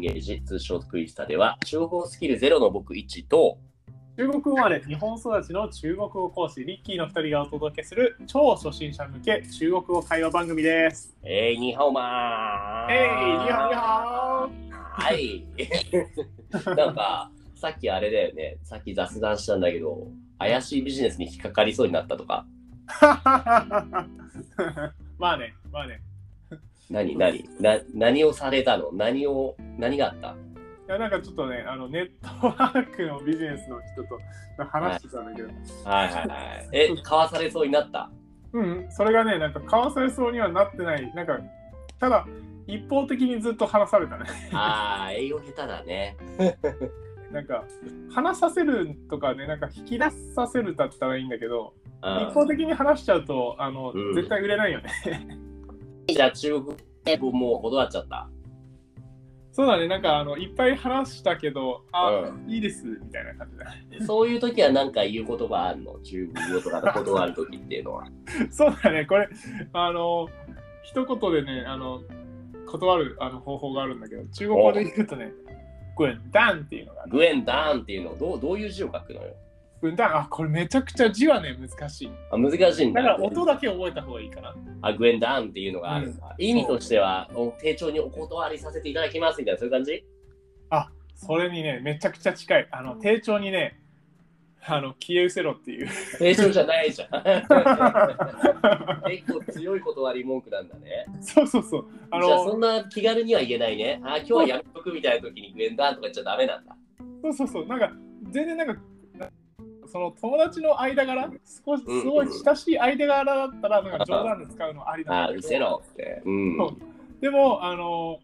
ゲージ、通称クイスタでは、中国語スキルゼロの僕1と、中国生まれ日本育ちの中国語講師リッキーの2人がお届けする超初心者向け中国語会話番組です。えい、ニーハオマーえい、にハオにハ はい。なんか、さっきあれだよね、さっき雑談したんだけど、怪しいビジネスに引っかかりそうになったとか、オ まあね、まあね。何、何、な何をされたの何を、何があったいやなんかちょっとね、あのネットワークのビジネスの人と話してたんだけど、はいはいはい。え、買わされそうになった。うん、それがね、なんか買わされそうにはなってない、なんか、ただ、一方的にずっと話されたね。 ああ、営業下手だね。なんか、話させるとかね、なんか引き出させるだったらいいんだけど、う一ん方的に話しちゃうと、あの、うん絶対売れないよね。じゃあ中国語もう断っちゃった。そうだね、なんかあのいっぱい話したけど、あ、ういいですみたいな感じだ。そういう時は何か言う言葉あるの中国語とかの断る時っていうのは。 そうだね、これ、あの、一言でね、あの、断るあの方法があるんだけど、中国語で言うとね、グンダンっていうのがある、グエンダーンっていうのをどうどういう字を書くのよ。グンダン、あ、これめちゃくちゃ字はね、難しい。あ難しいんだ。だから音だけ覚えた方がいいかな。あグエンダーンっていうのがあるんだ。意味としては、お丁重にお断りさせていただきますみたいな、そういう感じそれにね、めちゃくちゃ近い。あの、丁重にね、あの、消え失せろっ ていう。丁重じゃないじゃん。 結構強い断り文句なんだね。そうそうそう。あじゃあのそ、んな気軽には言えないね。あ今日はやめとくみたいな時にグエンダーンとか言っちゃダメなんだ。そうそうそう、なんか全然なんか、その友達の間柄、少しすうんうんごい親しい間柄だったら、なんか冗談で使うのありなあんだうけせど、ろって。うん。そうでも、あの、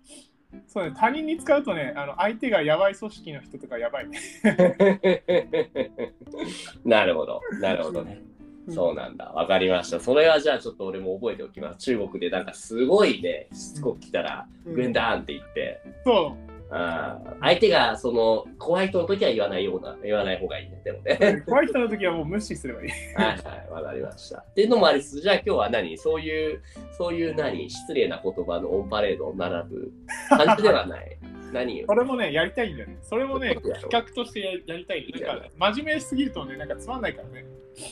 そうね、他人に使うとね、あの相手がやばい組織の人とかやばいね。 なるほど、なるほどね。そうなんだ、わかりました。それはじゃあちょっと俺も覚えておきます。中国でなんかすごいね、しつこく来たら、うんグエンダーンって言って、そあー相手がその怖い人の時は言わないような、言わない方がいいね、でも ね。う、怖い人の時はもう無視すればいい。はいはい、わかりました。っていうのもありつつ、じゃあ今日は何そういう、そういう何失礼な言葉のオンパレードを並ぶ感じでは ない。何をそれもね、やりたいんだよね。それもね、企画としてややりたい。なんか、真面目すぎるとね、なんかつまんないからね。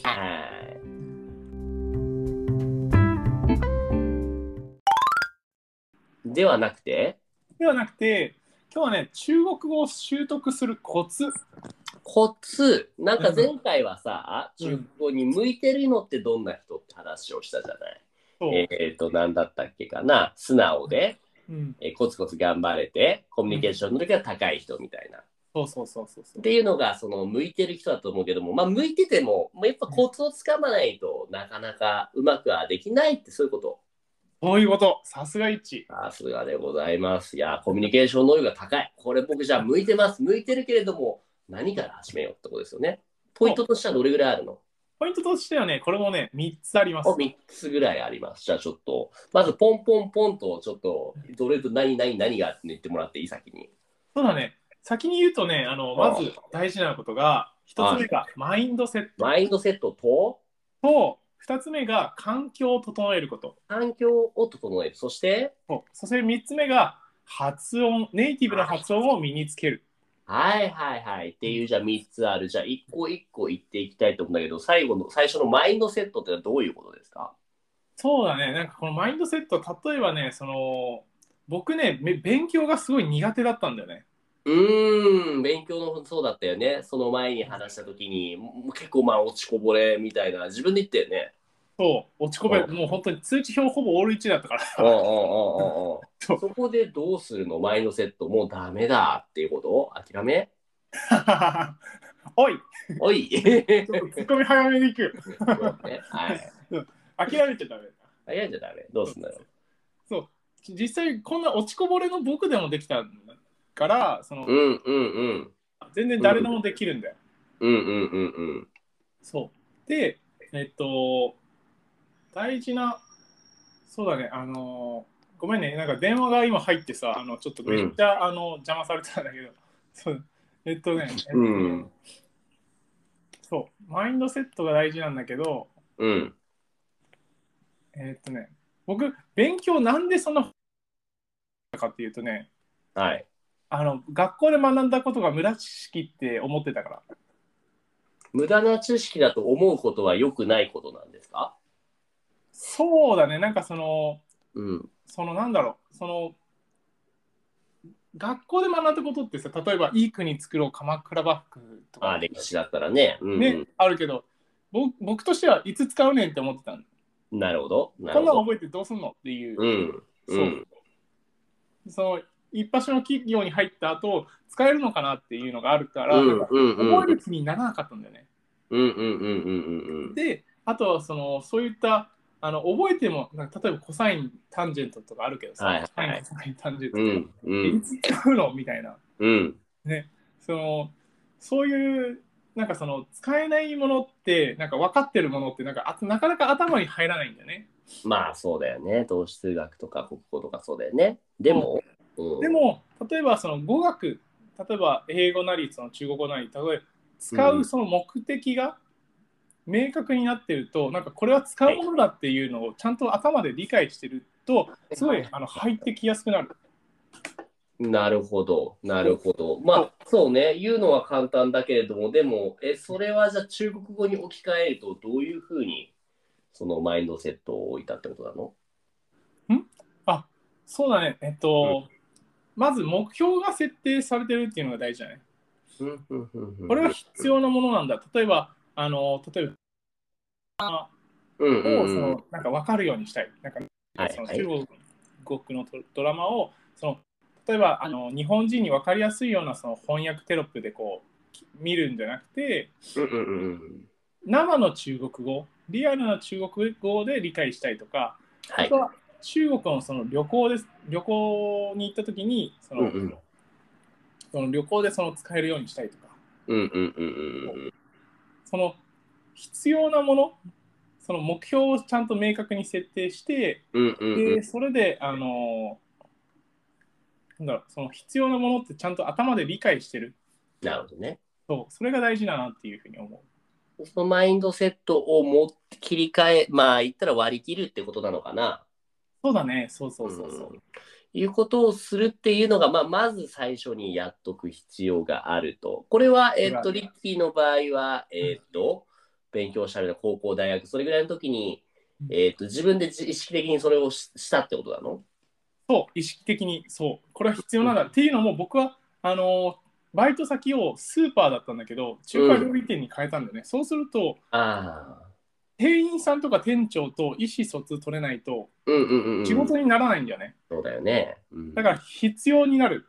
はい。ではなくて、ではなくて、今日はね、中国語を習得するコツ。コツ、なんか前回はさ、中国語に向いてるのってどんな人って話をしたじゃない。そう。えっ、と、なんだったっけかな。素直で、うん、えーコツコツ頑張れて、コミュニケーションの時は高い人みたいな。そうそうそうそうそうっ。ていうのが、その、向いてる人だと思うけども、まあ、向いてても、まあやっぱコツをつかまないとなかなかうまくはできないって、そういうこと。そういうこと、さすが一致。さすがでございます。いや、コミュニケーション能力が高い。これ僕じゃあ向いてます。向いてるけれども、何から始めようってことですよね。ポイントとしてはどれぐらいあるのポイントとしてはね、これもね、3つあります。 ?3 つぐらいあります。じゃあちょっと、まずポンポンポンと、ちょっと、どれと何何何があって言ってもらっていい先に。そうだね、先に言うとね、あのああまず大事なことが、1つ目がマインドセットマインドセットと、と、2つ目が環境を整えること、環境を整える。そして、そうそして3つ目が発音、ネイティブな発音を身につける。はいはいはい。っていう、じゃあ3つある。じゃあ1個1個言っていきたいと思うんだけど、最後の、最初のマインドセットってのはどういうことですかそうだね、なんかこのマインドセット、例えばね、その僕ね、め勉強がすごい苦手だったんだよね。うーん、勉強のそうだったよね。その前に話したときに、もう結構まあ落ちこぼれみたいな、自分で言ったよね。そう、落ち込め、ああもう本当に通知表ほぼオール1だったから。うんうんうんうんうん。そ そこでどうするのマインドセット、もうダメだっていうこと諦 め おい、おい ちょっとツッコミ早めに行く。そうねはい。諦めちゃダメだ。早いじゃダメ。どうすんのよ。実際こんな落ちこぼれの僕でもできたんだから、そのうんうんうん。全然誰でもできるんだよ。うんうんうんうん。そう。で、えっと、大事な、そうだね、あのー、ごめんね、なんか電話が今入ってさ、あのちょっとめっちゃ、あの邪魔されたんだけど、 そうえっとね、うんそう、マインドセットが大事なんだけど、うん。えっとね、僕、勉強なんでそんなかっていうとね、はい。あの学校で学んだことが無駄知識って思ってたから無駄な知識だと思うことは良くないことなんですかそうだねなんかそのうん。そのなんだろうその学校で学んだことってさ例えば「いい国作ろう鎌倉幕府」とああ、か、歴史だったらね。うん、ねあるけど僕僕としてはいつ使うねんって思ってたのうん。なるほど。なこるんほなのど。覚えてどうすんのっていう、うん。。そううんその一発の企業に入った後使えるのかなっていうのがあるから、うんなんかうんうん覚える気にならなかったんだよね。うんうんうんうんであとはそのそういったあの覚えてもなんか例えばコサインタンジェントとかあるけどさ、はいはいはいコサインコサインタンジェントうとか、んうんうえいんつ使うのみたいなうんそのそういうなんかその使えないものってなんか分かってるものってなんかあなかなか頭に入らないんだよね。まあそうだよね同志数学とか国語とかそうだよねでも、うん、でも例えばその語学例えば英語なりその中国語なり例えば使うその目的が明確になってると、なんかこれは使うものだっていうのをちゃんと頭で理解してるとすごいあの入ってきやすくなる。なるほどなるほどまあそうね言うのは簡単だけれどもでもえそれはじゃあ中国語に置き換えるとどういうふうにそのマインドセットを置いたってことなのそうだねえっと、まず目標が設定されてるっていうのが大事だね。うんうんうんうんこれは必要なものなんだ。例えばあの例えばうんをうんそうんのなんか分かるようにしたい。なんかはいそのは中い国のドドラマをその例えばあの日本人に分かりやすいようなその翻訳テロップでこうき見るんじゃなくてうんうんうん生の中国語リアルな中国語で理解したいとか、はあいとは中国のその旅行です旅行に行った時にその,、うんうんその旅行でその使えるようにしたいとかうんうんうんうんその必要なものその目標をちゃんと明確に設定してうんうんうんでそれで、あのーなんだろうその必要なものってちゃんと頭で理解してるなるほどねそうそれが大事だなっていうふうに思そのマインドセットを持って切り替え、まあ言ったら割り切るってことなのかな。うそうだねそうそうそうそう、んいうことをするっていうのが、まあ、まず最初にやっとく必要があると。これは、えっと、うんリッキーの場合は、えっと、勉強したりの高校、大学、それぐらいの時に、うんえっと、自分で自意識的にそれをししたってことなのそう意識的にそうこれは必要なんだ、っていうのも僕はあのーバイト先をスーパーだったんだけど中華料理店に変えたんだよね、そうするとああ。店員さんとか店長と意思疎通取れないとうんうんうんうん。仕事にならないんだよね、そうだよね。うんだから必要になる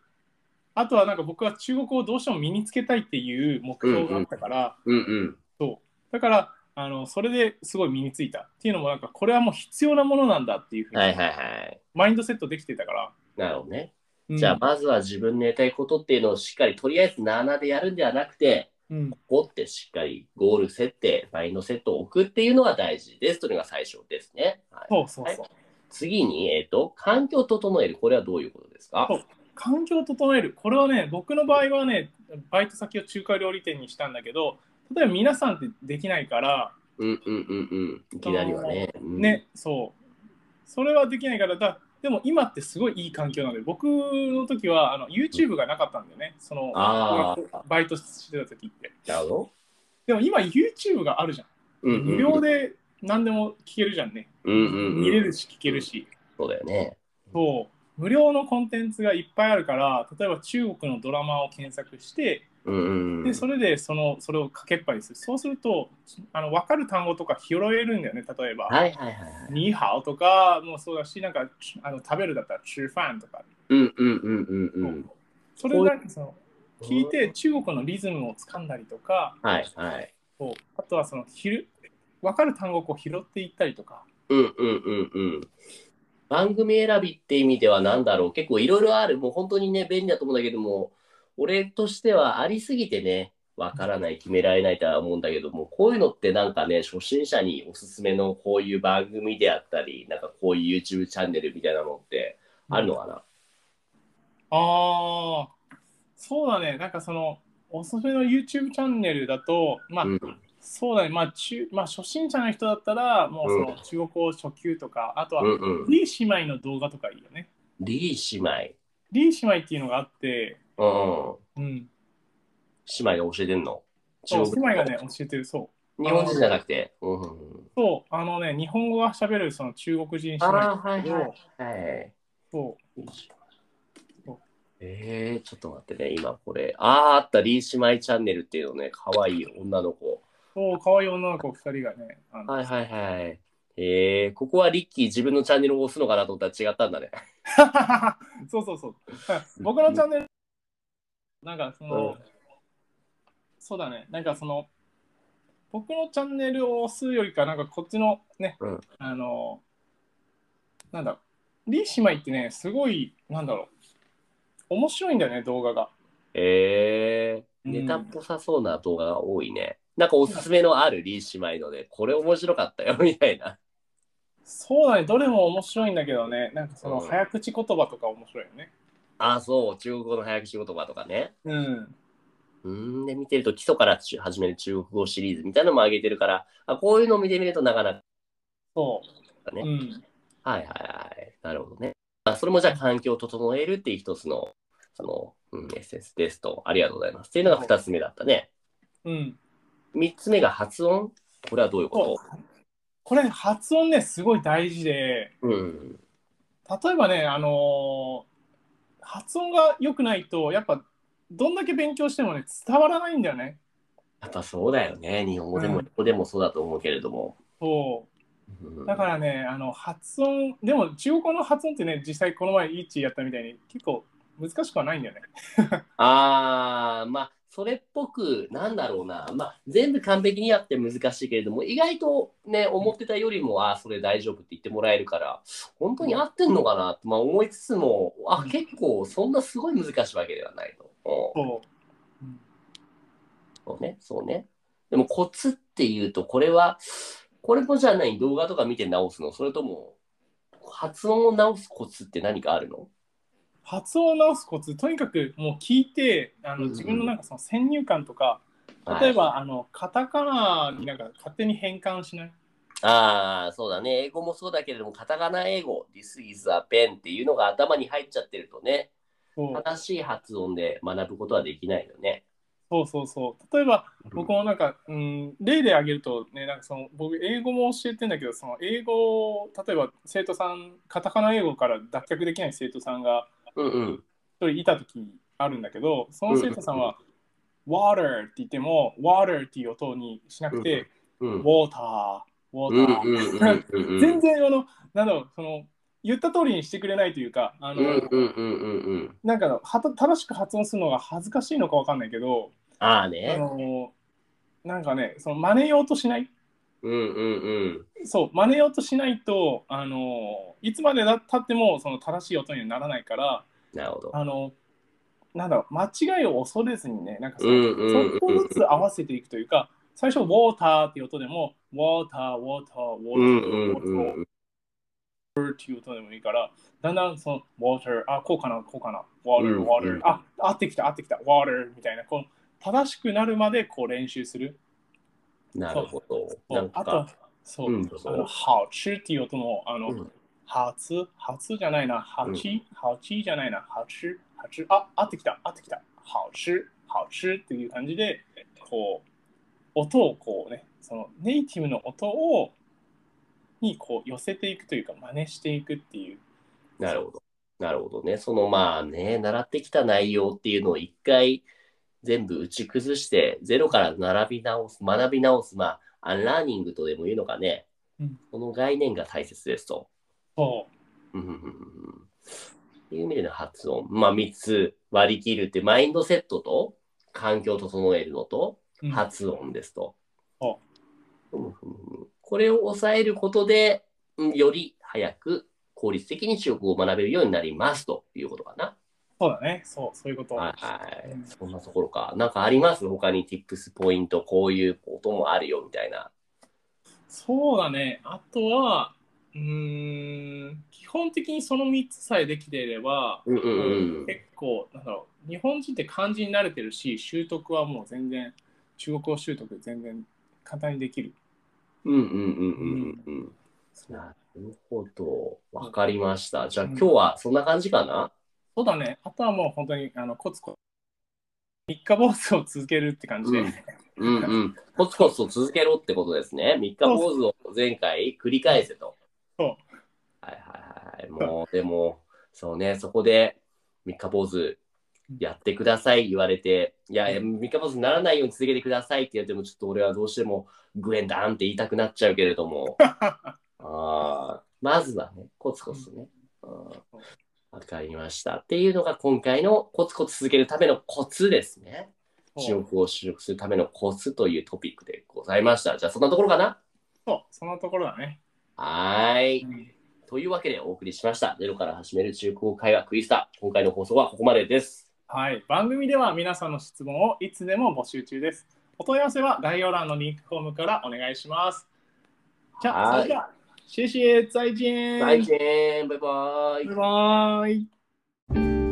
あとはなんか僕は中国語をどうしても身につけたいっていう目標があったから、うんうん。だからあのそれですごい身についたっていうのもなんかこれはもう必要なものなんだっていうふうに、はいはいはい。マインドセットできてたから、なるほどね。うんじゃあ、まずは自分のやりたいことっていうのをしっかり、とりあえず7でやるんではなくて、うんここってしっかりゴール設定、マインドセットを置くっていうのが大事ですというのが最初ですね。はい、そうそうそう、次に、えっ、と、環境を整える。これはどういうことですかそう環境を整えるこれはね僕の場合はねバイト先を中華料理店にしたんだけど例えば皆さんってできないからうんうんうんうん。いきなりはね。うん、ね、そうそれはできないからだでも今ってすごいいい環境なので僕の時はあの YouTube がなかったんだよねそのああ、バイトしてた時ってなるほど。でも今 YouTube があるじゃんうんうんうん無料で何でも聞けるじゃんね。うんうんうん見れるし聞けるし。そうだよね。そう。無料のコンテンツがいっぱいあるから、例えば中国のドラマを検索して、うんうんうん。でそれでそのそれをかけっぱにする。そうするとあの、分かる単語とか拾えるんだよね、例えば。はいはいはいはい。ニーハオとかもそうだし、なんかちあの食べるだったら中ファンとか。うんうんうんうんうん。それなんかその聞いて中国のリズムをつかんだりとか、はいはい。そうあとはそのひる分かる単語をこう拾っていったりとか。うんうんうんうん。番組選びって意味では何だろう結構いろいろある。もう本当にね、便利だと思うんだけども、俺としてはありすぎてね、わからない、決められないとは思うんだけども、こういうのってなんかね、初心者におすすめのこういう番組であったり、なんかこういう YouTube チャンネルみたいなのってあるのかな、ああ、そうだね。なんかその、おすすめの YouTube チャンネルだと、まあ、うんそうだね。まあ、中、まあ、初心者の人だったら、もうそのう、中国語初級とか、あとうは、んうん。リー姉妹の動画とかいいよね。リー姉リー姉妹っていうのがあって、うん。うん。姉妹が教えてんのそう、中姉国妹がね、教えてる、そう。日本人じゃなくて。うんうんうん。そう、あのね、日本語が喋るその中国人姉妹ああ、はいを、はい。はい。そえー、ちょっと待ってね、今これ。ああ、あった、リー姉妹チャンネルっていうのね、可愛い女の子。う、そう、可愛い女の子二人がね、あのはいはいはい。えー、ここはリッキー自分のチャンネルを押すのかなと思ったら違ったんだね。そうそう そう。僕のチャンネル、なんかその、うそうだね、なんかその、僕のチャンネルを押すよりか、なんかこっちのね、うんあの、なんだろう、リー姉妹ってね、すごい、なんだろう、面白いんだよね、動画が。えー、うんネタっぽさそうな動画が多いね。なんかおすすめのあるリー姉妹ので、これ面白かったよ、 みたいな。そうだね、どれも面白いんだけどね、なんかその、うん早口言葉とか面白いよね。ああ、そう、中国語の早口言葉とかね。うん。うーん、で、見てると基礎から中始める中国語シリーズみたいなのも上げてるから、あこういうのを見てみるとなかなかそう。ねうん。はいはいはい。なるほどね。あそれもじゃあ環境を整えるっていう一つの、その、うん、エッセンスですと。ありがとうございます。っていうのが二つ目だったね。うん、三つ目が発音。これはどういうここれ発音ねすごい大事でとうん。例えばねあのー発音が良くないとやっぱどんだけ勉強してもね伝わらないんだよねやっぱそうだよね。日本語でもうん英語でもそうだと思うけれども。そうんうだからねあの発音でも中国語の発音ってね実際この前イーチやったみたいに結構難しくはないんだよねあー、まあ、それっぽく、なんだろうな。まあ、全部完璧にやって難しいけれども、意外とね、思ってたよりも、あーそれ大丈夫って言ってもらえるから、本当に合ってんのかなって、まあ、思いつつも、あ、結構、そんなすごい難しいわけではないと。うんそう、うんそうね、そうね。でも、コツっていうと、これは、これもじゃあ何動画とか見て直すのそれとも、発音を直すコツって何かあるの発音を直すコツとにかくもう聞いてあうんうのん自分のなんかその先入観とか、例えば、あのカタカナになんか勝手に変換しないああ、そうだね。英語もそうだけれども、カタカナ英語、This is a pen っていうのが頭に入っちゃってるとね、そう正しい発音で学ぶことはできないよね。そうそうそう。例えば、僕もなんか、うん、例で挙げると、ね、なんかその僕、英語も教えてんだけど、その英語を、例えば生徒さん、カタカナ英語から脱却できない生徒さんがうんうん。一人いた時あるんだけど、その生徒さんは、water って言っても、water っていう音にしなくて、うん。 water、うんうん water。うんうんうん。全然、あの、なんだろう、その、言った通りにしてくれないというか、あうんの、うんうんうんうん。なんかはた、正しく発音するのが恥ずかしいのかわかんないけど、あああね。のなんかねその真似ようとしないうんうんうん。そう真似ようとしないとあのいつまでたってもその正しい音にはならないからなるほど。あのなんだろう間違いを恐れずにねなんかそうんうんうんうんのちょっとずつ合わせていくというか最初「ウォーター」っていう音でも「ウォーターウォーターウォうんーうターんウォーターうウォータん。ー」っていう音でもいいからだんだんその「ウォーター」あこうかなこうかな「ウォーターうんウォーター」うんあ合ってきた合ってきた「ウォーター」みたいなこの正しくなるまでこう練習する。なるほど。なんあとか、、そう、うんあの、好吃っていう音も、あの、うん好吃、好吃じゃないな、好う吃、好吃じゃないな、好吃、好吃、あ、合ってきた、合ってきた、好吃、好吃っていう感じで、こう、音をこうね、そのネイティブの音を、にこう寄せていくというか、真似していくっていう。なるほど。なるほどね。そのまあね、習ってきた内容っていうのを一回全部打ち崩して、ゼロから並び直す、学び直す、まあ、アンラーニングとでも言うのかね。うんこの概念が大切ですと。そう、うんうんうんうんっていう意味での発音。まあ、3つ割り切るって、マインドセットと、環境を整えるのと、うん発音ですと。あうんうんうんこれを抑えることで、うんより早く効率的に中国語を学べるようになりますということかな。そうだね、そう、そういうこと。はいうん。そんなところか。なんかあります他に tips、ポイント、こういうこともあるよみたいな。そうだね。あとは、うーん、基本的にその3つさえできていれば、うんうんうん。結構、なんだろう、日本人って漢字に慣れてるし、習得はもう全然、中国語習得全然簡単にできる。うんうんうんうんうん。うんなるほど。わかりました。じゃあうん今日はそんな感じかなそうだね。あとはもう本当に、あの、コツコツ三日坊主を続けるって感じで、うんうんうん。コツコツと続けろってことですね。三日坊主を前回繰り返せと。そうはいはいはい。もう、でも、そうね、そこで三日坊主やってください言われて、いや、う三日坊主にならないように続けてくださいって言っても、ちょっと俺はどうしてもグエンダーンって言いたくなっちゃうけれど も。あーまずはね、コツコツね。うんわかりました。っていうのが今回のコツコツ続けるためのコツですね。記そう憶を習得するためのコツというトピックでございました。じゃあそんなところかなそうそのところだね、はーい。うんというわけでお送りしました。ゼロから始める中高会話クイスタ。今回の放送はここまでです。はい番組では皆さんの質問をいつでも募集中ですお問い合わせは概要欄のリンクフォームからお願いしますじゃあはそいれではシェシェ再见再見。バイバイバイ。バイ